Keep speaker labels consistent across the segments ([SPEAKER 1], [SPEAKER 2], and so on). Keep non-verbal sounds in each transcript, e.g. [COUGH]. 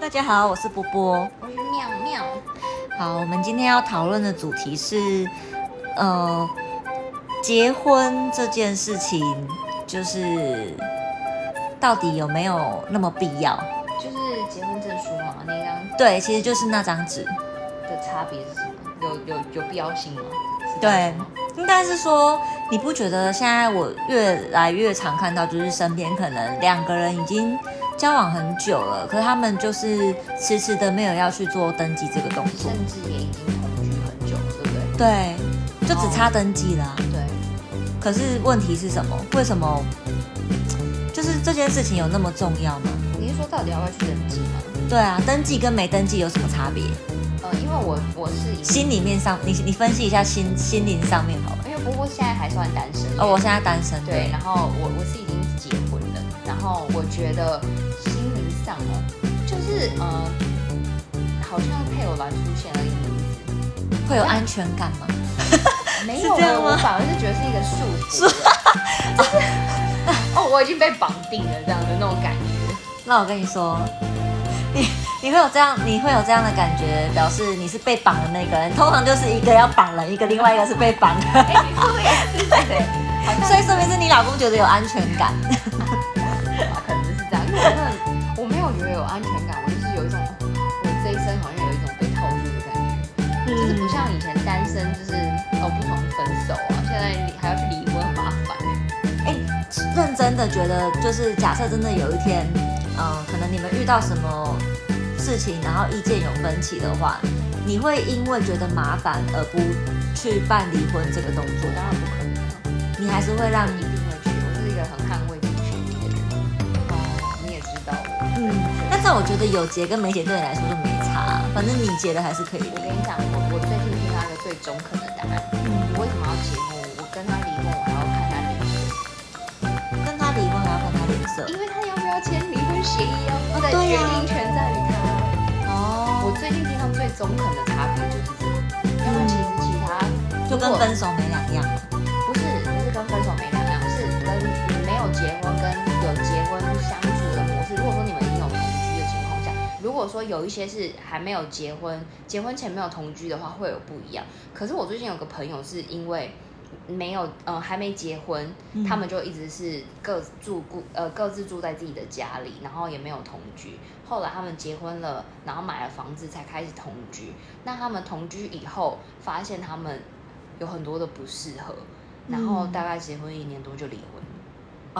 [SPEAKER 1] 大家好，我是波波。
[SPEAKER 2] 我是妙妙，
[SPEAKER 1] 好，我们今天要讨论的主题是，呃，结婚这件事情，就是到底有没有那么必要？
[SPEAKER 2] 就是结婚证书嘛，那张
[SPEAKER 1] 对，其实就是那张纸，
[SPEAKER 2] 的差别是什么？有有有必要性吗？是这
[SPEAKER 1] 对
[SPEAKER 2] 样子吗，
[SPEAKER 1] 应该是说，你不觉得现在我越来越常看到，就是身边可能两个人已经交往很久了，可他们就是迟迟的没有要去做登记这个动作，
[SPEAKER 2] 甚至也已经同居很久，对不对？
[SPEAKER 1] 对，就只差登记啊啦。
[SPEAKER 2] 对，
[SPEAKER 1] 可是问题是什么？为什么？就是这件事情有那么重要吗？
[SPEAKER 2] 你是说到底要不要去登记吗？
[SPEAKER 1] 对啊，登记跟没登记有什么差别？
[SPEAKER 2] 呃，因为我我是已经，
[SPEAKER 1] 心里面上，你你分析一下心心灵上面好了。
[SPEAKER 2] 因为波波现在还算单身
[SPEAKER 1] 哦，我现在单身，
[SPEAKER 2] 对，然后我我是已经结婚了，然后我觉得心灵上哦，就是呃，好像配偶栏出现了一个名字。
[SPEAKER 1] 会有安全感吗？
[SPEAKER 2] 没
[SPEAKER 1] 是
[SPEAKER 2] 有啊
[SPEAKER 1] 这样吗
[SPEAKER 2] 我反而是觉得是一个束缚，就是哦，我已经被绑定了这样的那种感
[SPEAKER 1] [LAUGHS]
[SPEAKER 2] 觉。
[SPEAKER 1] 那我跟你说， [LAUGHS] 你你会有这样，你会有这样的感觉，表示你是被绑的那个人。通常就是一个要绑人，一个另外一个是被绑的， [LAUGHS]
[SPEAKER 2] 哎、对对对，好像
[SPEAKER 1] 所以说明是你老公觉得有安全感。
[SPEAKER 2] 可能是这样，因为我真嗯的我没有觉得有安全感，我就是有一种我这一生好像有一种被套住的感觉，就是不像以前单身，就是哦不同分手啊，现在还要去离婚，很麻烦。
[SPEAKER 1] 认真的觉得，就是假设真的有一天，嗯，可能你们遇到什么事情，然后意见有分歧的话，你会因为觉得麻烦而不去办离婚这个动作
[SPEAKER 2] 我，当然不可能啊，
[SPEAKER 1] 你还是会让
[SPEAKER 2] 一
[SPEAKER 1] 你，
[SPEAKER 2] 定会去，我是一个很捍卫自己权益的人。哦，你也知道我。
[SPEAKER 1] 嗯，但是我觉得有结跟没结对你来说就没差啊、反正你结的嗯还是可以
[SPEAKER 2] 我
[SPEAKER 1] 离。
[SPEAKER 2] 跟你讲，我我最近听到一个最中肯的答案，我为什么要结婚？我跟他离婚，我还要看他离婚，
[SPEAKER 1] 跟他离婚还要跟他脸色。
[SPEAKER 2] 因为他要不要签离婚协议啊？
[SPEAKER 1] 哦
[SPEAKER 2] 对，
[SPEAKER 1] 对
[SPEAKER 2] 决
[SPEAKER 1] 啊
[SPEAKER 2] 定权在于他。我
[SPEAKER 1] 哦，
[SPEAKER 2] 最近听到最中肯的差别就是这个，要不然其实其他
[SPEAKER 1] 就跟分手没两样。
[SPEAKER 2] 不是不是跟分手没两样，是跟你没有结婚跟有结婚相处的模式。如果说你们已经有同居的情况下，如果说有一些是还没有结婚，结婚前没有同居的话，会有不一样。可是我最近有个朋友是因为。没有，呃，还没结婚，
[SPEAKER 1] 嗯
[SPEAKER 2] 他们就一直是各住顾，呃，各自住在自己的家里，然后也没有同居。后来他们结婚了，然后买了房子，才开始同居。那他们同居以后，发现他们有很多的不适合，然后
[SPEAKER 1] 嗯
[SPEAKER 2] 大概结婚一年多就离婚。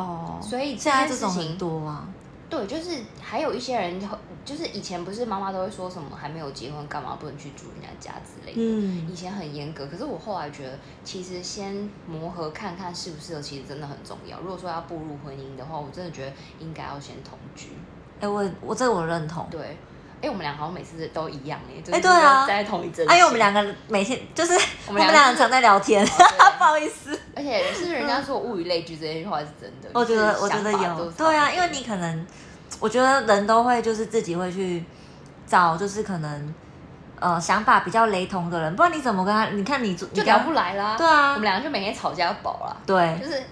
[SPEAKER 1] 哦，
[SPEAKER 2] 所以
[SPEAKER 1] 现在这
[SPEAKER 2] 件
[SPEAKER 1] 种
[SPEAKER 2] 事情
[SPEAKER 1] 很多啊。
[SPEAKER 2] 对，就是还有一些人，就是以前不是妈妈都会说什么还没有结婚干嘛不能去住人家家之类的。
[SPEAKER 1] 嗯
[SPEAKER 2] 以，前很严格，可是我后来觉得，其实先磨合看看适不适合，其实真的很重要。如果说要步入婚姻的话，我真的觉得应该要先同居。
[SPEAKER 1] 哎、我我这我认同。
[SPEAKER 2] 对，哎、我们俩好像每次都一样哎、就是
[SPEAKER 1] 哎对啊
[SPEAKER 2] 站在同一阵线。
[SPEAKER 1] 哎呦，我们两个每天就是我
[SPEAKER 2] 我
[SPEAKER 1] 们
[SPEAKER 2] 们两个哦
[SPEAKER 1] 两个常在聊天，
[SPEAKER 2] 对
[SPEAKER 1] [LAUGHS] 不好意思。
[SPEAKER 2] 而且是人家说物以类聚这句话是真的。
[SPEAKER 1] [LAUGHS] 我觉得
[SPEAKER 2] 就是
[SPEAKER 1] 我觉得
[SPEAKER 2] 想
[SPEAKER 1] 有，
[SPEAKER 2] 法都差不多
[SPEAKER 1] 对啊，因为你可能，我觉得人都会就是自己会去找，就是可能呃想法比较雷同的人，不然你怎么跟他？你看你
[SPEAKER 2] 就聊不
[SPEAKER 1] 了，
[SPEAKER 2] 来啦。
[SPEAKER 1] 对啊
[SPEAKER 2] 我们两个就每天吵架到饱啦。就
[SPEAKER 1] 对，
[SPEAKER 2] 是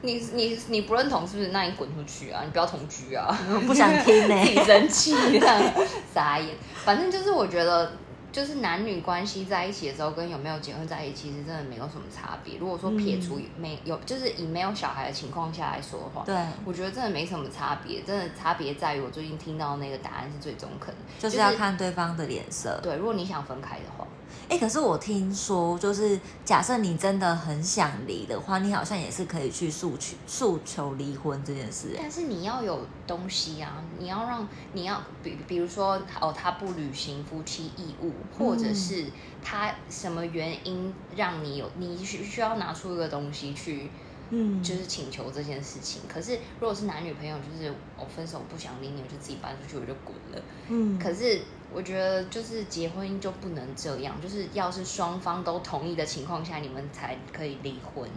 [SPEAKER 2] 你你你不认同是不是？那你滚出去啊！你不要同
[SPEAKER 1] [LAUGHS]
[SPEAKER 2] 居啊！
[SPEAKER 1] 不想
[SPEAKER 2] [LAUGHS]
[SPEAKER 1] 听呢、
[SPEAKER 2] 自己生气这样， [LAUGHS] 傻眼。反正就是我觉得，就是男女关系在一起的时候，跟有没有结婚在一起，其实真的没有什么差别。如果说撇除没有，就是以没有小孩的情况下来说的话，
[SPEAKER 1] 嗯对，
[SPEAKER 2] 我觉得真的没什么差别。真的差别在于我最近听到那个答案是最中肯的，
[SPEAKER 1] 就是要看对方的脸色。
[SPEAKER 2] 对。如果你想分开的话，
[SPEAKER 1] 哎、可是我听说，就是假设你真的很想离的话，你好像也是可以去诉求诉求离婚这件事、
[SPEAKER 2] 但是你要有东西啊，你要让你要比比如说哦，他不履行夫妻义务，或者
[SPEAKER 1] 嗯
[SPEAKER 2] 是他什么原因让你有，你需需要拿出一个东西去。
[SPEAKER 1] 嗯
[SPEAKER 2] 就是请求这件事情，可是如果是男女朋友，就是我、分手不想理你，我就自己搬出去，我就滚了。
[SPEAKER 1] 嗯
[SPEAKER 2] 可是我觉得就是结婚就不能这样，就是要是双方都同意的情况下，你们才可以离婚。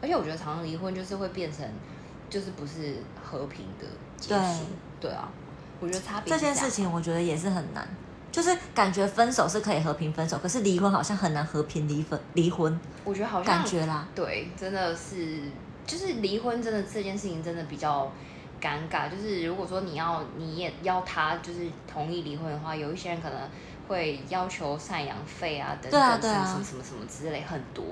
[SPEAKER 2] 而且我觉得常常离婚就是会变成，就是不是和平的结束。对啊，我觉得差别
[SPEAKER 1] 这
[SPEAKER 2] 是
[SPEAKER 1] 件
[SPEAKER 2] 样
[SPEAKER 1] 事情我觉得也是很难，就是感觉分手是可以和平分手，可是离婚好像很难和平离婚离婚
[SPEAKER 2] 我觉得好像
[SPEAKER 1] 感觉啦。
[SPEAKER 2] 对，真的是就是离婚，真的这件事情真的比较尴尬。就是如果说你要你也要他就是同意离婚的话，有一些人可能会要求赡养费啊等
[SPEAKER 1] 对
[SPEAKER 2] 等
[SPEAKER 1] 啊
[SPEAKER 2] 什
[SPEAKER 1] 对啊
[SPEAKER 2] 么什么什么什么之类很多，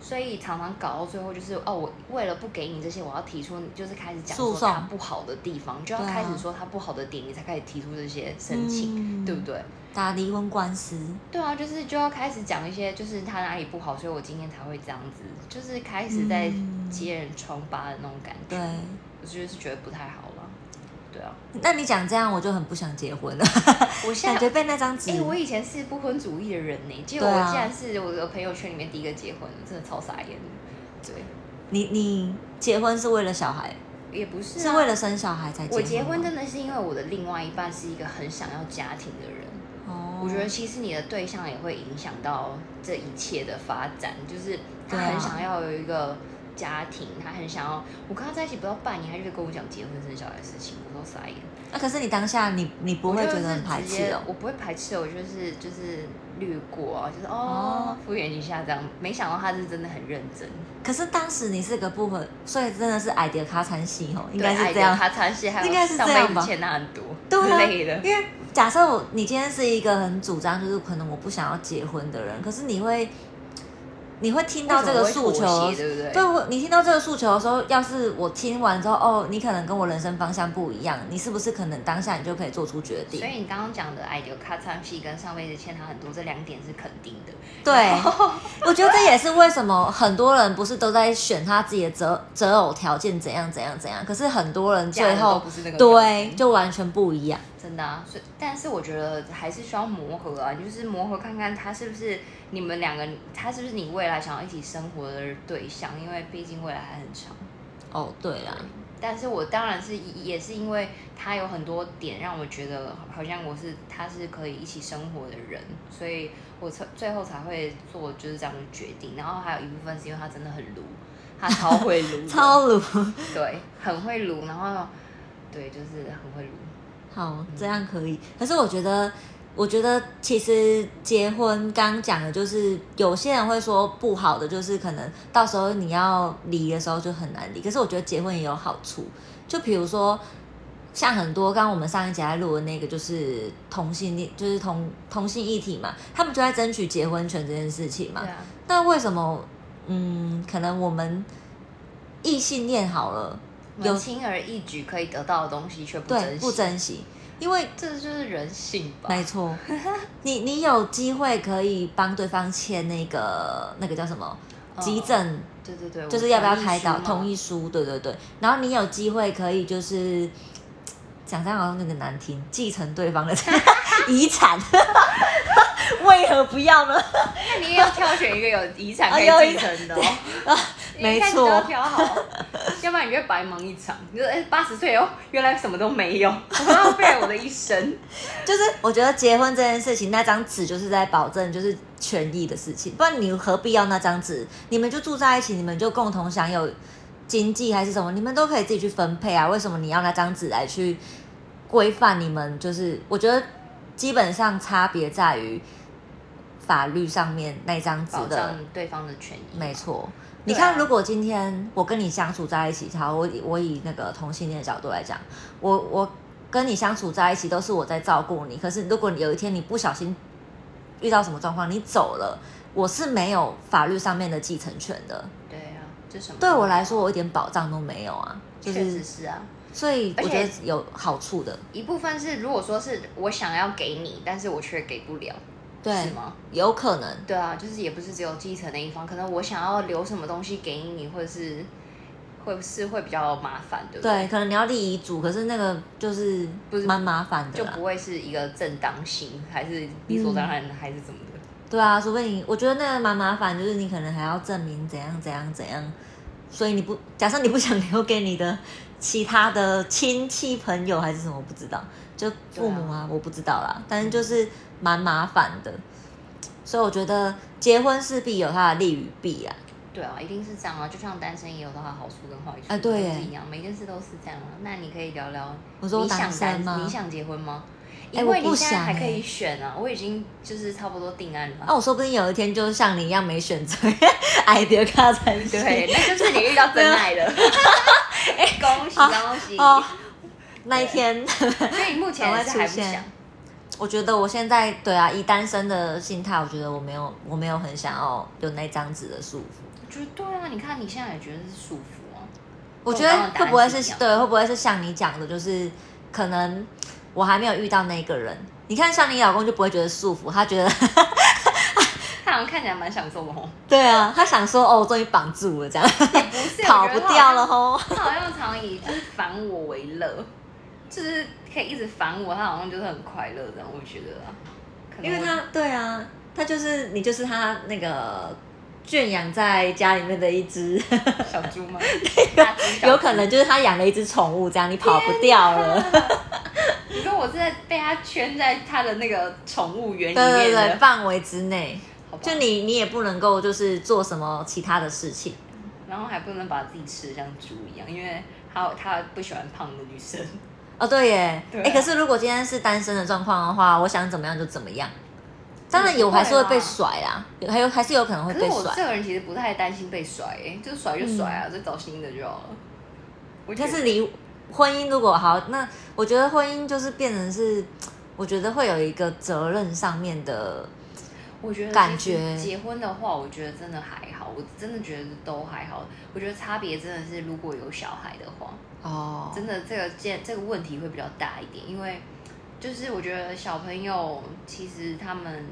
[SPEAKER 2] 所以常常搞到最后就是哦，我为了不给你这些，我要提出就是开始讲说
[SPEAKER 1] 诉讼
[SPEAKER 2] 他不好的地方，就要
[SPEAKER 1] 对啊
[SPEAKER 2] 开始说他不好的点，你才开始提出这些申请，
[SPEAKER 1] 嗯
[SPEAKER 2] 对不对？
[SPEAKER 1] 打离婚官司，
[SPEAKER 2] 对啊，就是就要开始讲一些，就是他哪里不好，所以我今天才会这样子，就是开始在
[SPEAKER 1] 嗯
[SPEAKER 2] 揭人疮疤的那种感觉。
[SPEAKER 1] 对。
[SPEAKER 2] 我就是觉得不太好了。对啊，
[SPEAKER 1] 那你讲这样，我就很不想结婚了，
[SPEAKER 2] 我现
[SPEAKER 1] [LAUGHS] 感
[SPEAKER 2] 在
[SPEAKER 1] 觉被那张纸
[SPEAKER 2] 哎、，我以前是不婚主义的人呢、结果
[SPEAKER 1] 对
[SPEAKER 2] 我
[SPEAKER 1] 啊
[SPEAKER 2] 竟然是我的朋友圈里面第一个结婚的，真的超傻眼的。对，
[SPEAKER 1] 你你结婚是为了小孩，
[SPEAKER 2] 也不是、啊，
[SPEAKER 1] 是为了生小孩才结
[SPEAKER 2] 我
[SPEAKER 1] 婚吗？
[SPEAKER 2] 结婚真的是因为我的另外一半是一个很想要家庭的人。
[SPEAKER 1] 哦，
[SPEAKER 2] 我觉得其实你的对象也会影响到这一切的发展，就是他
[SPEAKER 1] 对啊
[SPEAKER 2] 很想要有一个家庭，他很想要。我跟他在一起不到半年，他就在跟我讲结婚生小孩的事情，我都傻眼。
[SPEAKER 1] 那、啊可是你当下你你不会
[SPEAKER 2] 我就
[SPEAKER 1] 觉
[SPEAKER 2] 是
[SPEAKER 1] 得很排
[SPEAKER 2] 直
[SPEAKER 1] 斥
[SPEAKER 2] 接
[SPEAKER 1] 哦？
[SPEAKER 2] 我不会排斥，我就是就是略过啊，就是
[SPEAKER 1] 哦
[SPEAKER 2] 哦敷衍一下这样。没想到他是真的很认真，
[SPEAKER 1] 可是当时你是个不婚，所以真的是矮的咔餐戏哦，应该
[SPEAKER 2] 对
[SPEAKER 1] 是这样
[SPEAKER 2] 爱。的他参戏，还
[SPEAKER 1] 应该
[SPEAKER 2] 有
[SPEAKER 1] 是
[SPEAKER 2] 上
[SPEAKER 1] 这样
[SPEAKER 2] 辈
[SPEAKER 1] 吧
[SPEAKER 2] 子欠他很多
[SPEAKER 1] 对
[SPEAKER 2] 之
[SPEAKER 1] 啊
[SPEAKER 2] 类的。
[SPEAKER 1] 因为假设我你今天是一个很主张就是可能我不想要结婚的人，可是你会你会听到这个
[SPEAKER 2] 为什
[SPEAKER 1] 诉
[SPEAKER 2] 么会妥
[SPEAKER 1] 求
[SPEAKER 2] 协，对不对？
[SPEAKER 1] 对啊我，你听到这个诉求的时候，要是我听完之后，哦，你可能跟我人生方向不一样，你是不是可能当下你就可以做出决定
[SPEAKER 2] 所？以你刚刚讲的爱的咔嚓戏跟上辈子欠他很多这两点是肯定的，
[SPEAKER 1] 对，我觉得这也是为什么很多人不是都在选他自己的择择偶条件怎样怎样怎样，可是很多人
[SPEAKER 2] 嫁
[SPEAKER 1] 最
[SPEAKER 2] 的都
[SPEAKER 1] 后
[SPEAKER 2] 不是那个
[SPEAKER 1] 对就完全不一样。
[SPEAKER 2] 真的啊。所以但是我觉得还是需要磨合啊，就是磨合看看他是不是你们两个，他是不是你未来想要一起生活的对象，因为毕竟未来还很长。
[SPEAKER 1] 哦，对啦，
[SPEAKER 2] 但是我当然是也是因为他有很多点让我觉得好像我是他是可以一起生活的人，所以我才最后才会做就是这样的决定。然后还有一部分是因为他真的很撸，他超会撸
[SPEAKER 1] [LAUGHS]
[SPEAKER 2] 的，
[SPEAKER 1] 超鲁
[SPEAKER 2] 对，很会撸，然后对，就是很会撸。
[SPEAKER 1] 好，这样可以。可是我觉得，我觉得其实结婚刚讲的就是有些人会说不好的，就是可能到时候你要离的时候就很难离。可是我觉得结婚也有好处，就比如说。像很多，刚刚我们上一集在录的那个就是同性恋，就是同同性议题嘛，他们就在争取结婚权这件事情嘛。
[SPEAKER 2] 对啊，
[SPEAKER 1] 那为什么，嗯，可能我们异性恋好了，有
[SPEAKER 2] 有轻而易举可以得到的东西却不
[SPEAKER 1] 嗯对
[SPEAKER 2] 珍惜，
[SPEAKER 1] 不珍惜，因为
[SPEAKER 2] 这就是人性吧？
[SPEAKER 1] 没
[SPEAKER 2] [LAUGHS]
[SPEAKER 1] 错，你你有机会可以帮对方签那个那个叫什么
[SPEAKER 2] 嗯
[SPEAKER 1] 急诊，
[SPEAKER 2] 对对对，
[SPEAKER 1] 就是
[SPEAKER 2] 我
[SPEAKER 1] 要不要
[SPEAKER 2] 同意
[SPEAKER 1] 开
[SPEAKER 2] 书
[SPEAKER 1] 刀
[SPEAKER 2] 嘛
[SPEAKER 1] 同意书，对对对。然后你有机会可以就是讲这样好像有点难听，继承对方的 [LAUGHS] 遗产，
[SPEAKER 2] [LAUGHS]
[SPEAKER 1] 为何不要呢？
[SPEAKER 2] 那你也要挑选一个有
[SPEAKER 1] [LAUGHS]
[SPEAKER 2] 遗产可
[SPEAKER 1] 哎呦
[SPEAKER 2] 以继承的、哦。
[SPEAKER 1] 没
[SPEAKER 2] [LAUGHS] 你看你
[SPEAKER 1] 错
[SPEAKER 2] 都要挑好，要不然你就会白忙一场。你就哎，八十岁哦，原来什么都没有，我浪费了我的
[SPEAKER 1] [LAUGHS]
[SPEAKER 2] 一生。
[SPEAKER 1] 就是我觉得结婚这件事情，那张纸就是在保证就是权益的事情，不然你何必要那张纸？你们就住在一起，你们就共同享有经济还是什么，你们都可以自己去分配啊。为什么你要那张纸来去规范你们？就是我觉得基本上差别在于法律上面那张纸
[SPEAKER 2] 保
[SPEAKER 1] 的
[SPEAKER 2] 障对方的权益，
[SPEAKER 1] 没。错。你
[SPEAKER 2] 对啊
[SPEAKER 1] 看，如果今天我跟你相处在一起，好，我以我以那个同性恋的角度来讲，我我跟你相处在一起都是我在照顾你。可是如果你有一天你不小心遇到什么状况，你走了，我是没有法律上面的继承权的。
[SPEAKER 2] 对啊，这什么？
[SPEAKER 1] 对我来，说，我一点保障都没有啊。就
[SPEAKER 2] 确实
[SPEAKER 1] 是，
[SPEAKER 2] 是啊。
[SPEAKER 1] 所以
[SPEAKER 2] 而
[SPEAKER 1] 我
[SPEAKER 2] 且
[SPEAKER 1] 觉得有好处的，
[SPEAKER 2] 一部分是，如果说是我想要给你，但是我却给不了，
[SPEAKER 1] 对
[SPEAKER 2] 是，吗？
[SPEAKER 1] 有可能，
[SPEAKER 2] 对啊，就是也不是只有继承的一方，可能我想要留什么东西给你，或者是会是会比较麻烦，对不
[SPEAKER 1] 对，可能你要立遗嘱，可是那个就是
[SPEAKER 2] 不是
[SPEAKER 1] 蛮麻烦的
[SPEAKER 2] 就
[SPEAKER 1] 啦。
[SPEAKER 2] 不会是一个正当性，还是理所当
[SPEAKER 1] 嗯
[SPEAKER 2] 然，还是怎么的？
[SPEAKER 1] 对啊，除非你，我觉得那个蛮麻烦，就是你可能还要证明怎样怎样怎样，所以你不假设你不想留给你的其他的亲戚朋友还是什么，不知道，就父母啊，我不知道啦，但是就是蛮麻烦的， [LAUGHS] 所以我觉得结婚势必有它的利与弊啦。
[SPEAKER 2] 对啊，一定是这样啊，就像单身也有它的好处跟坏处，
[SPEAKER 1] 哎对耶
[SPEAKER 2] 都是一样，每件事都是这样啊。那你可以聊聊，
[SPEAKER 1] 我说
[SPEAKER 2] 你
[SPEAKER 1] 单
[SPEAKER 2] 想
[SPEAKER 1] 身吗
[SPEAKER 2] 你想结婚吗？
[SPEAKER 1] 哎
[SPEAKER 2] 因
[SPEAKER 1] 我
[SPEAKER 2] 为
[SPEAKER 1] 不
[SPEAKER 2] 你现在
[SPEAKER 1] 想
[SPEAKER 2] 还可
[SPEAKER 1] 哎哦
[SPEAKER 2] 以选啊，我已经就是差不多定案了。
[SPEAKER 1] 那、啊我说不定有一天就像你一样没选择， [LAUGHS] 挨得卡才 [LAUGHS]
[SPEAKER 2] [LAUGHS] 对，那就是你遇到真爱了。恭喜
[SPEAKER 1] 啊
[SPEAKER 2] 恭喜！
[SPEAKER 1] 哦，那一天，
[SPEAKER 2] 所以目前是还不想。
[SPEAKER 1] 我觉得我现在对啊，以单身的心态，我觉得我没有，我没有很想要有那张纸的束缚。
[SPEAKER 2] 我觉得对啊，你看你现在也觉得是束缚啊。
[SPEAKER 1] 我觉得会不会
[SPEAKER 2] 跟我刚刚的答案
[SPEAKER 1] 是
[SPEAKER 2] 一样
[SPEAKER 1] 对，会不会是像你讲的，就是可能我还没有遇到那个人。你看，像你老公就不会觉得束缚，他觉得 [LAUGHS]
[SPEAKER 2] 他好像看起来蛮享受的哦。
[SPEAKER 1] 对啊，他想说哦，我终于绑住了这样，
[SPEAKER 2] 不 [LAUGHS] 是，
[SPEAKER 1] 跑不掉了
[SPEAKER 2] 哦。
[SPEAKER 1] 吼。
[SPEAKER 2] 他好像常以就是烦我为乐，就是可以一直烦我，他好像就是很快乐这样，我觉得啊。可能
[SPEAKER 1] 因为
[SPEAKER 2] 我
[SPEAKER 1] 他对啊，他就是你就是他那个圈养在家里面的一只，
[SPEAKER 2] 小
[SPEAKER 1] [LAUGHS]
[SPEAKER 2] 猪吗？大猪 [LAUGHS] 小猪
[SPEAKER 1] 有可能就是他养了一只宠物，这样你跑不掉了。
[SPEAKER 2] [LAUGHS] 你说我是在被他圈在他的那个宠物 [LAUGHS] 园里
[SPEAKER 1] 对对
[SPEAKER 2] 面
[SPEAKER 1] 对，
[SPEAKER 2] 的，
[SPEAKER 1] 范围之内，
[SPEAKER 2] 好吧
[SPEAKER 1] 就你你也不能够就是做什么其他的事情。
[SPEAKER 2] 然后还不能把自己吃的像猪一样，因为他他不喜欢胖的女生。
[SPEAKER 1] 哦，对耶，哎、
[SPEAKER 2] 对啊
[SPEAKER 1] 可是如果今天是单身的状况的话，我想怎么样就怎么样。当然有，
[SPEAKER 2] 不会
[SPEAKER 1] 还
[SPEAKER 2] 啦
[SPEAKER 1] 是会被甩啦，有还有还是有可能会
[SPEAKER 2] 可是
[SPEAKER 1] 哦被
[SPEAKER 2] 我这
[SPEAKER 1] 甩。嗯
[SPEAKER 2] 个人其实不太担心被甩、欸，就是甩就甩啊，再找新的就好了。我觉
[SPEAKER 1] 但
[SPEAKER 2] 得
[SPEAKER 1] 是离婚姻如果好，那我觉得婚姻就是变成是，我觉得会有一个责任上面的，
[SPEAKER 2] 我觉得
[SPEAKER 1] 感
[SPEAKER 2] 其实
[SPEAKER 1] 觉
[SPEAKER 2] 结婚的话，我觉得真的还好，我真的觉得都还好。我觉得差别真的是如果有小孩的话，
[SPEAKER 1] 哦，
[SPEAKER 2] 真的这个件这个问题会比较大一点，因为就是我觉得小朋友其实他们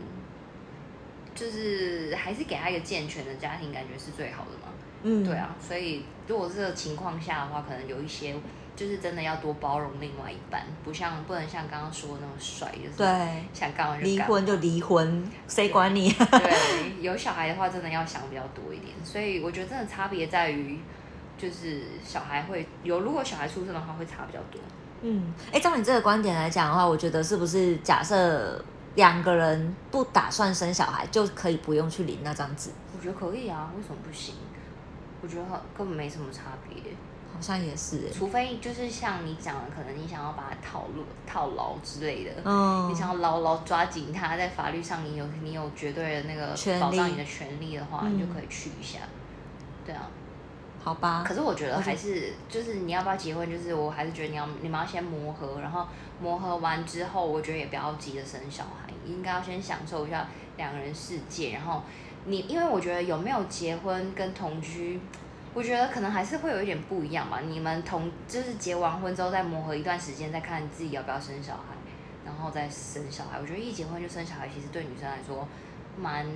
[SPEAKER 2] 就是还是给他一个健全的家庭，感觉是最好的嘛。
[SPEAKER 1] 嗯，
[SPEAKER 2] 对，啊，所以如果这个情况下的话，可能有一些就是真的要多包容另外一半，不像不能像刚刚说的那种甩，就是
[SPEAKER 1] 嗯对，
[SPEAKER 2] 想干嘛就干嘛
[SPEAKER 1] 离婚就离婚，谁管你？
[SPEAKER 2] 对，有小孩的话，真的要想比较多一点。所以我觉得真的差别在于，就是小孩会有，如果小孩出生的话，会差比较多。
[SPEAKER 1] 嗯，哎，照你这个观点来讲的话，我觉得是不是假设两个人不打算生小孩，就可以不用去领那张纸？
[SPEAKER 2] 我觉得可以啊，为什么不行？我觉得根本没什么差别，
[SPEAKER 1] 好像也是欸，
[SPEAKER 2] 除非就是像你讲的，可能你想要把他套路、套牢之类的。
[SPEAKER 1] 嗯，
[SPEAKER 2] 你想要牢牢抓紧他，在法律上你有你有绝对的那个
[SPEAKER 1] 权
[SPEAKER 2] 保障
[SPEAKER 1] 利
[SPEAKER 2] 你的权利的话，
[SPEAKER 1] 嗯
[SPEAKER 2] 你就可以去一下。对啊，
[SPEAKER 1] 好吧？
[SPEAKER 2] 可是我觉得还是就是你要不要结婚，就是我还是觉得你要你们要先磨合，然后磨合完之后，我觉得也不要急着生小孩，应该要先享受一下两个人世界。然后你因为我觉得有没有结婚跟同居，我觉得可能还是会有一点不一样吧。你们同就是结完婚之后再磨合一段时间，再看自己要不要生小孩，然后再生小孩。我觉得一结婚就生小孩，其实对女生来说蛮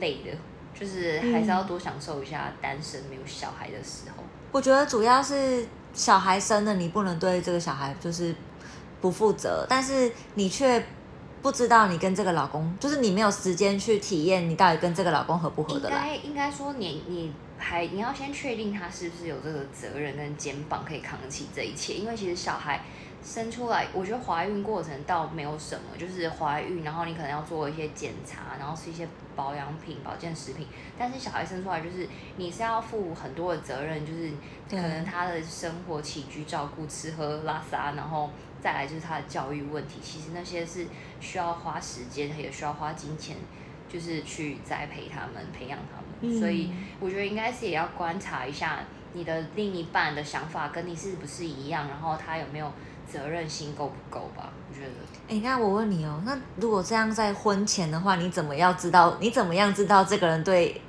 [SPEAKER 2] 累的。就是还是要多享受一下单身没有小孩的时候。
[SPEAKER 1] 我觉得主要是小孩生了，你不能对这个小孩就是不负责，但是你却不知道你跟这个老公，就是你没有时间去体验你到底跟这个老公合不合
[SPEAKER 2] 应
[SPEAKER 1] 得来。
[SPEAKER 2] 该应该说你你还你要先确定他是不是有这个责任跟肩膀可以扛起这一切，因为其实小孩生出来，我觉得怀孕过程倒没有什么，就是怀孕，然后你可能要做一些检查，然后吃一些保养品、保健食品，但是小孩生出来就是你是要负很多的责任，就是可
[SPEAKER 1] 对
[SPEAKER 2] 能他的生活起居、照顾、吃喝拉撒，然后再来就是他的教育问题，其实那些是需要花时间，也需要花金钱，就是去栽培他们、培养他们。
[SPEAKER 1] 嗯
[SPEAKER 2] 所以我觉得应该是也要观察一下你的另一半的想法跟你是不是一样，然后他有没有责任心够不够吧？我觉得
[SPEAKER 1] 哎，那我问你哦，那如果这样在婚前的话，你怎么要知道？你怎么样知道这个人对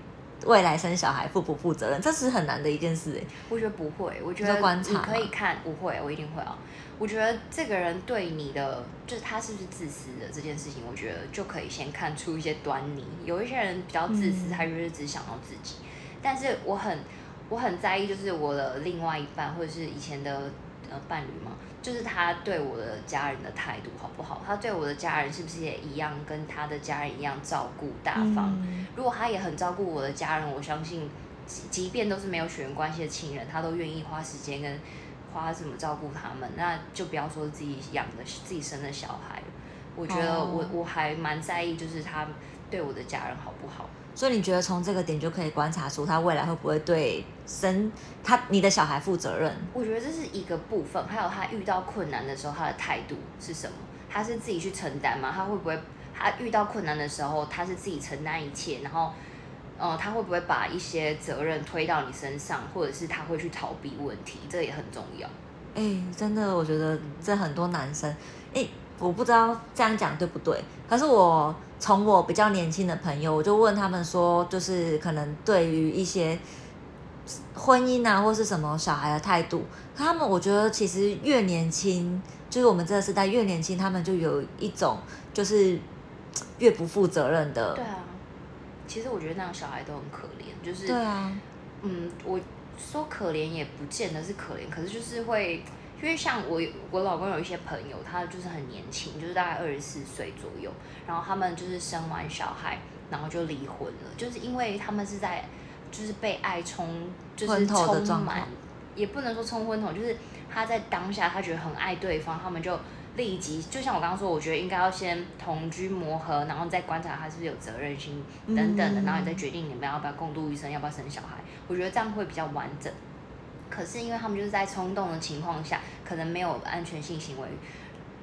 [SPEAKER 1] 未来生小孩负不负责任？这是很难的一件事哎。
[SPEAKER 2] 我觉得不会，我觉
[SPEAKER 1] 你
[SPEAKER 2] 得
[SPEAKER 1] 说观察
[SPEAKER 2] 你
[SPEAKER 1] 吗
[SPEAKER 2] 可以看，不会，我一定会啊。我觉得这个人对你的，就是他是不是自私的这件事情，我觉得就可以先看出一些端倪。有一些人比较自私，
[SPEAKER 1] 嗯
[SPEAKER 2] 他就是只想到自己。但是我很我很在意，就是我的另外一半或者是以前的呃伴侣嘛，就是他对我的家人的态度好不好？他对我的家人是不是也一样，跟他的家人一样照顾大方？
[SPEAKER 1] 嗯
[SPEAKER 2] 如果他也很照顾我的家人，我相信，即即便都是没有血缘关系的亲人，他都愿意花时间跟花什么照顾他们，那就不要说自己养的、自己生的小孩了。我觉得
[SPEAKER 1] 哦
[SPEAKER 2] 我、我还蛮在意，就是他对我的家人好不好。
[SPEAKER 1] 所以你觉得从这个点就可以观察出他未来会不会对生他你的小孩负责任？
[SPEAKER 2] 我觉得这是一个部分，还有他遇到困难的时候，他的态度是什么？他是自己去承担吗？他会不会他遇到困难的时候，他是自己承担一切，然后，呃，他会不会把一些责任推到你身上，或者是他会去逃避问题？这也很重要。
[SPEAKER 1] 哎、真的，我觉得这很多男生，哎、我不知道这样讲对不对。可是我从我比较年轻的朋友，我就问他们说，就是可能对于一些婚姻啊或是什么小孩的态度，可他们我觉得其实越年轻，就是我们这个时代越年轻，他们就有一种就是嘖越不负责任的
[SPEAKER 2] 对，啊，其实我觉得那种小孩都很可怜，就是
[SPEAKER 1] 对啊，
[SPEAKER 2] 嗯，我说可怜也不见得是可怜，可是就是会，因为像我有我老公有一些朋友，他就是很年轻，就是大概二十四岁左右，然后他们就是生完小孩，然后就离婚了，就是因为他们是在就是被爱冲，就是
[SPEAKER 1] 昏头的
[SPEAKER 2] 充
[SPEAKER 1] 状
[SPEAKER 2] 满
[SPEAKER 1] 况，
[SPEAKER 2] 也不能说冲昏头，就是他在当下他觉得很爱对方，他们就。立即，就像我刚刚说，我觉得应该要先同居磨合，然后再观察他是不是有责任心等等的，
[SPEAKER 1] 嗯
[SPEAKER 2] 然后你再决定你们要不要共度一生，要不要生小孩。我觉得这样会比较完整。可是因为他们就是在冲动的情况下，可能没有安全性行为，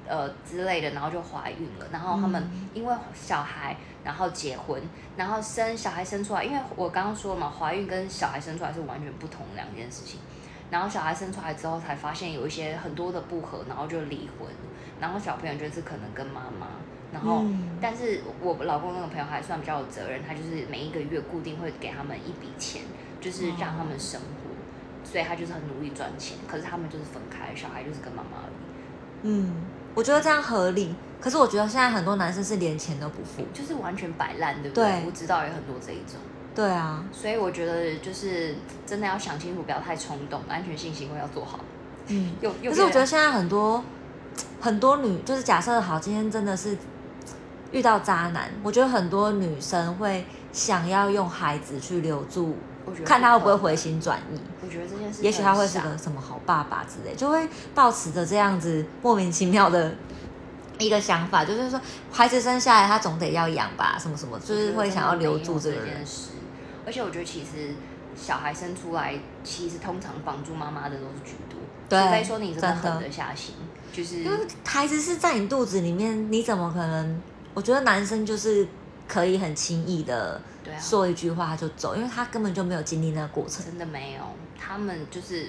[SPEAKER 2] 呃之类的，然后就怀孕了，然后他们
[SPEAKER 1] 嗯
[SPEAKER 2] 因为小孩，然后结婚，然后生小孩生出来，因为我刚刚说了嘛，怀孕跟小孩生出来是完全不同的两件事情。然后小孩生出来之后，才发现有一些很多的不合，然后就离婚。然后小朋友就是可能跟妈妈，然后、
[SPEAKER 1] 嗯
[SPEAKER 2] 但是我老公那个朋友还算比较有责任，他就是每一个月固定会给他们一笔钱，就是让
[SPEAKER 1] 哦
[SPEAKER 2] 他们生活，所以他就是很努力赚钱。可是他们就是分开，小孩就是跟妈妈而已，
[SPEAKER 1] 嗯，我觉得这样合理。可是我觉得现在很多男生是连钱都不付，
[SPEAKER 2] 就是完全摆烂，对不对？
[SPEAKER 1] 对
[SPEAKER 2] 我知道有很多这一种，
[SPEAKER 1] 对啊，
[SPEAKER 2] 所以我觉得就是真的要想清楚，不要太冲动，安全性行为要做好。
[SPEAKER 1] 嗯。
[SPEAKER 2] 有，有
[SPEAKER 1] 可是我觉
[SPEAKER 2] 别
[SPEAKER 1] 得
[SPEAKER 2] 人
[SPEAKER 1] 现在很多很多女，就是假设好，今天真的是遇到渣男，我觉得很多女生会想要用孩子去留住，
[SPEAKER 2] 我觉得
[SPEAKER 1] 看他会不会
[SPEAKER 2] 可能
[SPEAKER 1] 回心转意。
[SPEAKER 2] 我觉得这件事，
[SPEAKER 1] 也许他会是个什么好爸爸之类，就会抱持着这样子莫名其妙
[SPEAKER 2] [LAUGHS]
[SPEAKER 1] 的一个想法，就是说孩子生下来他总得要养吧，什么什么，就是会想要留住
[SPEAKER 2] 这
[SPEAKER 1] 这个人
[SPEAKER 2] 件。事。而且我觉得其实小孩生出来，其实通常帮助妈妈的都是居多，
[SPEAKER 1] 对
[SPEAKER 2] 除非说你真的
[SPEAKER 1] 真
[SPEAKER 2] 狠
[SPEAKER 1] 的
[SPEAKER 2] 得下心，就是
[SPEAKER 1] 因为孩子是在你肚子里面，你怎么可能？我觉得男生就是可以很轻易的
[SPEAKER 2] 对啊，
[SPEAKER 1] 说一句话他就走，因为他根本就没有经历那个过程。
[SPEAKER 2] 真的没有，他们就是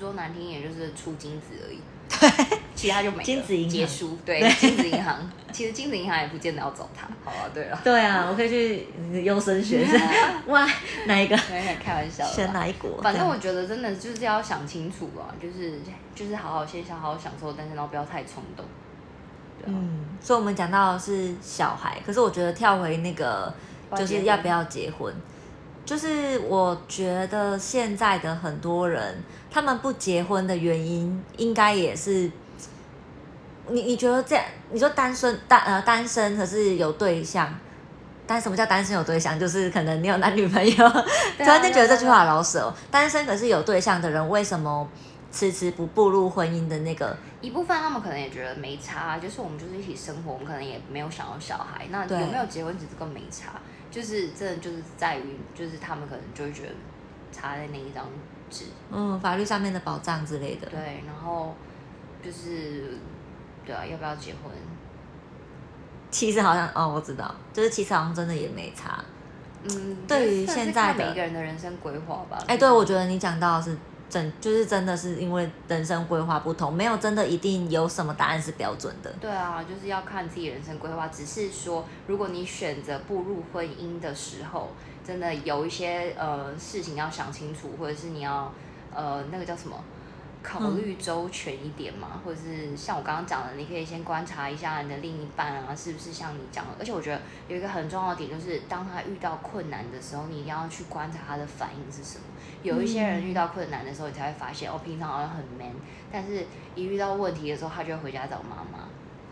[SPEAKER 2] 说难听一点就是出金子
[SPEAKER 1] [LAUGHS]
[SPEAKER 2] 而已，对，其他就没了
[SPEAKER 1] 精子银行
[SPEAKER 2] 结束，对，金子银行，其实金子银行也不见得要找他，好啊，对了，
[SPEAKER 1] 对啊，我可以去优生学生， [LAUGHS] 哇，哪一个
[SPEAKER 2] 没有开玩笑的啦，
[SPEAKER 1] 选哪一国？
[SPEAKER 2] 反正
[SPEAKER 1] 这
[SPEAKER 2] 我
[SPEAKER 1] 样
[SPEAKER 2] 觉得真的就是要想清楚啊，就是就是好好先想好好享受单身，然后不要太冲动。对啊，
[SPEAKER 1] 嗯，所以我们讲到的是小孩，可是我觉得跳回那个就是要不要结婚，就是我觉得现在的很多人他们不结婚的原因，应该也是。你你觉得这样？你说单身单呃单身，可是有对象，但什么叫单身有对象？就是可能你有男女朋友， [LAUGHS] 突
[SPEAKER 2] 对啊
[SPEAKER 1] 然间觉得这句话好老舍、哦。单身可是有对象的人，为什么迟迟不步入婚姻的那个？
[SPEAKER 2] 一部分他们可能也觉得没差，啊就是我们就是一起生活，我们可能也没有想要小孩，那
[SPEAKER 1] 对
[SPEAKER 2] 有没有结婚其实更没差，就是真的就是在于就是他们可能就会觉得差在那一张纸，
[SPEAKER 1] 嗯，法律上面的保障之类的。
[SPEAKER 2] 对，然后就是对啊，要不要结婚？
[SPEAKER 1] 其实好像哦，我知道，就是其实好像真的也没差。
[SPEAKER 2] 嗯，
[SPEAKER 1] 对于
[SPEAKER 2] 就是
[SPEAKER 1] 现在
[SPEAKER 2] 看每
[SPEAKER 1] 的
[SPEAKER 2] 一个人的人生规划吧。
[SPEAKER 1] 哎，对，我觉得你讲到的是真，就是真的是因为人生规划不同，没有真的一定有什么答案是标准的。
[SPEAKER 2] 对啊，就是要看自己人生规划。只是说，如果你选择步入婚姻的时候，真的有一些呃事情要想清楚，或者是你要呃那个叫什么，考虑周全一点嘛，或者是像我刚刚讲的，你可以先观察一下你的另一半啊，是不是像你讲的。而且我觉得有一个很重要的点就是，当他遇到困难的时候，你一定要去观察他的反应是什么。有一些人遇到困难的时候，你才会发现哦，平常好像很 man，但是一遇到问题的时候，他就会回家找妈妈。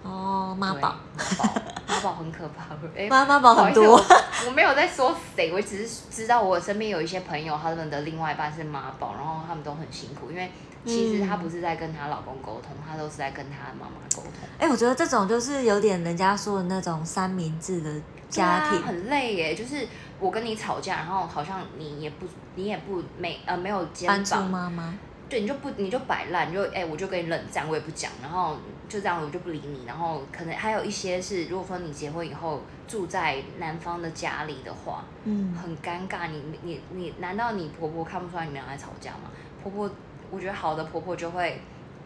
[SPEAKER 1] 哦，妈
[SPEAKER 2] 对
[SPEAKER 1] 宝，，
[SPEAKER 2] 妈宝， [LAUGHS] 妈宝很可怕。哎、
[SPEAKER 1] 妈妈
[SPEAKER 2] 不
[SPEAKER 1] 宝
[SPEAKER 2] 好意
[SPEAKER 1] 很
[SPEAKER 2] 思
[SPEAKER 1] 多。
[SPEAKER 2] 我，我没有在说谁，我只是知道我身边有一些朋友，他们的另外一半是妈宝，然后他们都很辛苦，因为其实
[SPEAKER 1] 嗯
[SPEAKER 2] 她不是在跟她老公沟通，她都是在跟她妈妈沟通。
[SPEAKER 1] [LAUGHS] 哎，我觉得这种就是有点人家说的那种三明治的家
[SPEAKER 2] 对
[SPEAKER 1] 庭
[SPEAKER 2] 啊、。很累耶，就是我跟你吵架，然后好像你也不，你也不没呃没有肩
[SPEAKER 1] 搬出
[SPEAKER 2] 膀，
[SPEAKER 1] 妈妈，
[SPEAKER 2] 对，你就不你就摆烂，你就哎、我就跟你冷战，我也不讲，然后就这样，我就不理你。然后可能还有一些是，如果说你结婚以后住在男方的家里的话，
[SPEAKER 1] 嗯，
[SPEAKER 2] 很尴尬。你你你你，难道你婆婆看不出来你们俩在吵架吗？婆婆，我觉得好的婆婆就会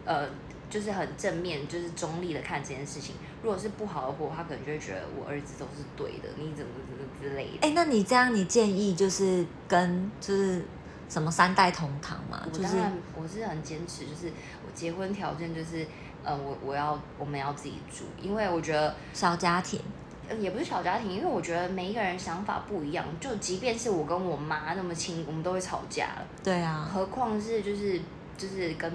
[SPEAKER 2] 呃，就是很正面，就是中立的看这件事情。如果是不好的婆婆，她可能就会觉得我儿子都是对的，你怎么怎么之类的。
[SPEAKER 1] 哎，那你这样，你建议就是跟就是什么三代同堂嘛？
[SPEAKER 2] 我
[SPEAKER 1] 就是
[SPEAKER 2] 当然我是很坚持，就是我结婚条件就是，呃，我我要我们要自己住，因为我觉得
[SPEAKER 1] 小家庭。
[SPEAKER 2] 呃也不是小家庭，因为我觉得每一个人想法不一样，就即便是我跟我妈那么亲，我们都会吵架了，
[SPEAKER 1] 对啊，
[SPEAKER 2] 何况是就是就是跟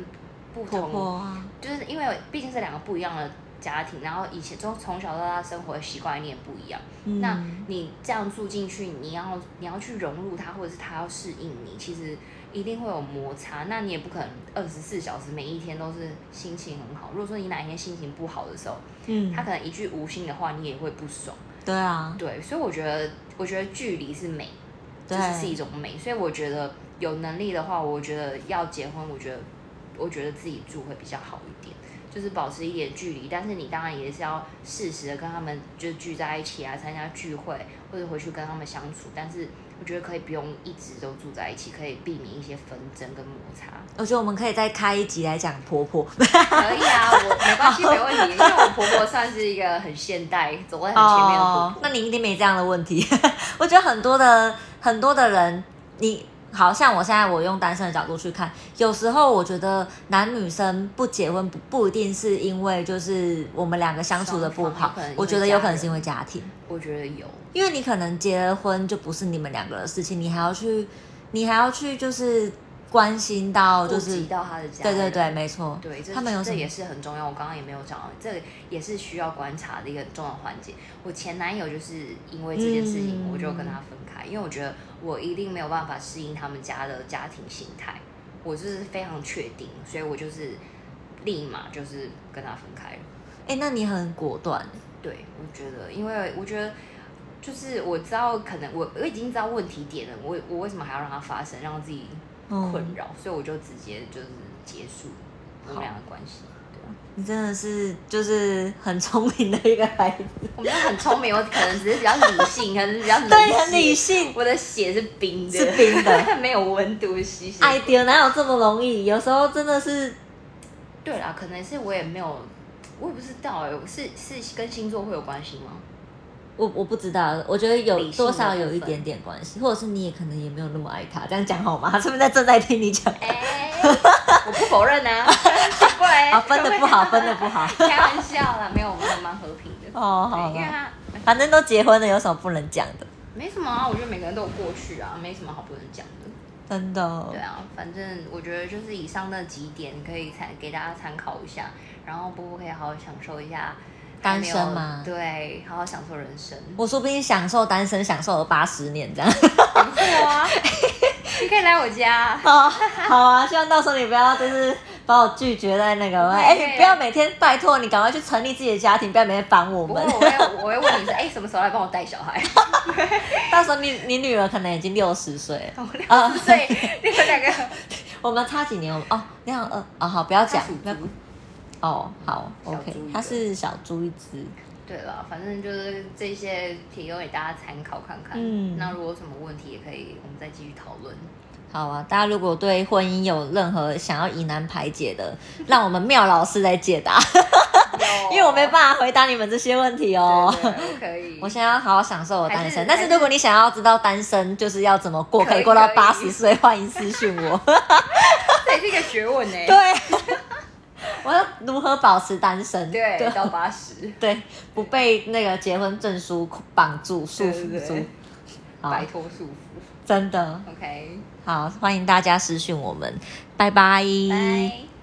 [SPEAKER 2] 不
[SPEAKER 1] 婆
[SPEAKER 2] 同
[SPEAKER 1] 婆啊，
[SPEAKER 2] 就是因为毕竟是两个不一样的家庭，然后以前从从小到大生活的习惯你也不一样，
[SPEAKER 1] 嗯
[SPEAKER 2] 那你这样住进去，你要你要去融入他，或者是他要适应你，其实一定会有摩擦。那你也不可能二十四小时每一天都是心情很好。如果说你哪一天心情不好的时候，
[SPEAKER 1] 嗯
[SPEAKER 2] 他，可能一句无心的话，你也会不爽。
[SPEAKER 1] 对啊，
[SPEAKER 2] 对，所以我觉得我觉得距离是美，这
[SPEAKER 1] 对
[SPEAKER 2] 是是一种美。所以我觉得有能力的话，我觉得要结婚，我觉得我觉得自己住会比较好一点，就是保持一点距离。但是你当然也是要适时的跟他们就聚在一起啊，参加聚会或者回去跟他们相处。但是我觉得可以不用一直都住在一起，可以避免一些纷争跟摩擦。
[SPEAKER 1] [LAUGHS] 我觉得我们可以再开一集来讲婆
[SPEAKER 2] [LAUGHS]
[SPEAKER 1] 婆。
[SPEAKER 2] 可以啊，我没关系，没问题，因为我婆婆算是一个很现代、走在很前面的婆
[SPEAKER 1] 哦
[SPEAKER 2] 婆。
[SPEAKER 1] 那你一定没这样的问题。 [LAUGHS] 我觉得很多的很多的人，你好像我现在我用单身的角度去看，有时候我觉得男女生不结婚不不一定是因为就是我们两个相处的不
[SPEAKER 2] 双方
[SPEAKER 1] 好
[SPEAKER 2] 有可能因，为
[SPEAKER 1] 我觉得有可能是因为家庭，
[SPEAKER 2] 我觉得有。
[SPEAKER 1] 因为你可能结了婚就不是你们两个的事情，你还要去你还要去就是关心到哦就
[SPEAKER 2] 顾及
[SPEAKER 1] 是
[SPEAKER 2] 到他的家
[SPEAKER 1] 对
[SPEAKER 2] 人。
[SPEAKER 1] 对对，没错，
[SPEAKER 2] 对，这
[SPEAKER 1] 他们有什
[SPEAKER 2] 这
[SPEAKER 1] 么
[SPEAKER 2] 也是很重要。我刚刚也没有讲到，这个也是需要观察的一个很重要的环节。我前男友就是因为这件事情，
[SPEAKER 1] 嗯
[SPEAKER 2] 我就跟他分开，因为我觉得我一定没有办法适应他们家的家庭形态，我就是非常确定，所以我就是立马就是跟他分开了。
[SPEAKER 1] 哎，那你很果断，
[SPEAKER 2] 对，我觉得，因为我觉得。就是我知道，可能我我已经知道问题点了，我我为什么还要让它发生，让自己
[SPEAKER 1] 嗯
[SPEAKER 2] 困扰，所以我就直接就是结束我们俩的关系。对啊
[SPEAKER 1] 你真的是就是很聪明的一个孩子。
[SPEAKER 2] 我没有很聪明，我可能只是比较理性，可能是比较
[SPEAKER 1] [LAUGHS]
[SPEAKER 2] 冷
[SPEAKER 1] 对，
[SPEAKER 2] 血
[SPEAKER 1] 很理。性。
[SPEAKER 2] 我的血是冰的，
[SPEAKER 1] 是冰的，
[SPEAKER 2] [LAUGHS] 没有温度吸血。
[SPEAKER 1] idea 哎哪有这么容易？有时候真的是，
[SPEAKER 2] 对啦，可能是我也没有，我也不知道哎、是是跟星座会有关系吗？
[SPEAKER 1] 我我不知道，我觉得有
[SPEAKER 2] 理性
[SPEAKER 1] 多
[SPEAKER 2] 的
[SPEAKER 1] 少有一点点关系，或者是你也可能也没有那么爱他。这样讲好吗？他是不是在正在听你讲？
[SPEAKER 2] 哎、我不否认啊，奇怪、
[SPEAKER 1] 啊，分的不好，分的不好。
[SPEAKER 2] 开玩笑啦，没有，我们还蛮和平
[SPEAKER 1] [LAUGHS]
[SPEAKER 2] 的。
[SPEAKER 1] 哦，好
[SPEAKER 2] 对因为
[SPEAKER 1] 了，
[SPEAKER 2] 他
[SPEAKER 1] 反正都结婚了，有什么不能讲的？
[SPEAKER 2] 没什么啊，我觉得每个人都有过去啊，没什么好不能讲的。
[SPEAKER 1] 真的
[SPEAKER 2] 对，啊，反正我觉得就是以上那几点可以参给大家参考一下，然后波波可以好好享受一下还没有
[SPEAKER 1] 单身吗
[SPEAKER 2] 对，好好享受人生。
[SPEAKER 1] 我说不定享受单身享受了八十年这样。
[SPEAKER 2] 不错啊，你可以来我
[SPEAKER 1] [LAUGHS]
[SPEAKER 2] 家。
[SPEAKER 1] 哦， [LAUGHS] 好啊，希望到时候你不要就是把我拒绝在那个，
[SPEAKER 2] 不会
[SPEAKER 1] 哎、你不要每天拜托你赶快去成立自己的家庭，不要每天烦我
[SPEAKER 2] 不
[SPEAKER 1] 们
[SPEAKER 2] 过。我会我会问你是哎、什么时候来帮我带小孩？
[SPEAKER 1] 到时候你你女儿可能已经六十岁了，
[SPEAKER 2] 六十岁，你们两个
[SPEAKER 1] 我们差几年？我们哦，那样呃，哦好，不要讲
[SPEAKER 2] 他属，
[SPEAKER 1] 不要
[SPEAKER 2] 猪
[SPEAKER 1] 哦，好
[SPEAKER 2] 小
[SPEAKER 1] ，OK，
[SPEAKER 2] 猪一个
[SPEAKER 1] 它是小猪一只，
[SPEAKER 2] 对了，反正就是这些提供给大家参考看看。
[SPEAKER 1] 嗯
[SPEAKER 2] 那如果有什么问题也可以，我们再继续讨论。
[SPEAKER 1] 好啊。大家如果对婚姻有任何想要疑难排解的，让我们妙老师来解答，
[SPEAKER 2] 哦
[SPEAKER 1] [LAUGHS] 因为我没
[SPEAKER 2] 法
[SPEAKER 1] 办法回答你们这些问题哦。
[SPEAKER 2] 我可以，
[SPEAKER 1] [LAUGHS] 我现在要好好享受我单
[SPEAKER 2] 还
[SPEAKER 1] 身
[SPEAKER 2] 是，
[SPEAKER 1] 但是如果你想要知道单身就是要怎么过，
[SPEAKER 2] 可以
[SPEAKER 1] 可以过到
[SPEAKER 2] 可以
[SPEAKER 1] 八十岁，欢迎私讯
[SPEAKER 2] [LAUGHS]
[SPEAKER 1] 我。
[SPEAKER 2] 这也是一个学问欸呢、
[SPEAKER 1] 对， [LAUGHS] 我要如何保持单身？
[SPEAKER 2] 对，到八十，
[SPEAKER 1] 对，不被那个结婚证书绑住、束
[SPEAKER 2] 对
[SPEAKER 1] 缚
[SPEAKER 2] 对
[SPEAKER 1] 住
[SPEAKER 2] 对。
[SPEAKER 1] 好
[SPEAKER 2] 摆，脱束缚。
[SPEAKER 1] 真的
[SPEAKER 2] OK，
[SPEAKER 1] 好，欢迎大家私讯我们，拜拜。
[SPEAKER 2] 拜。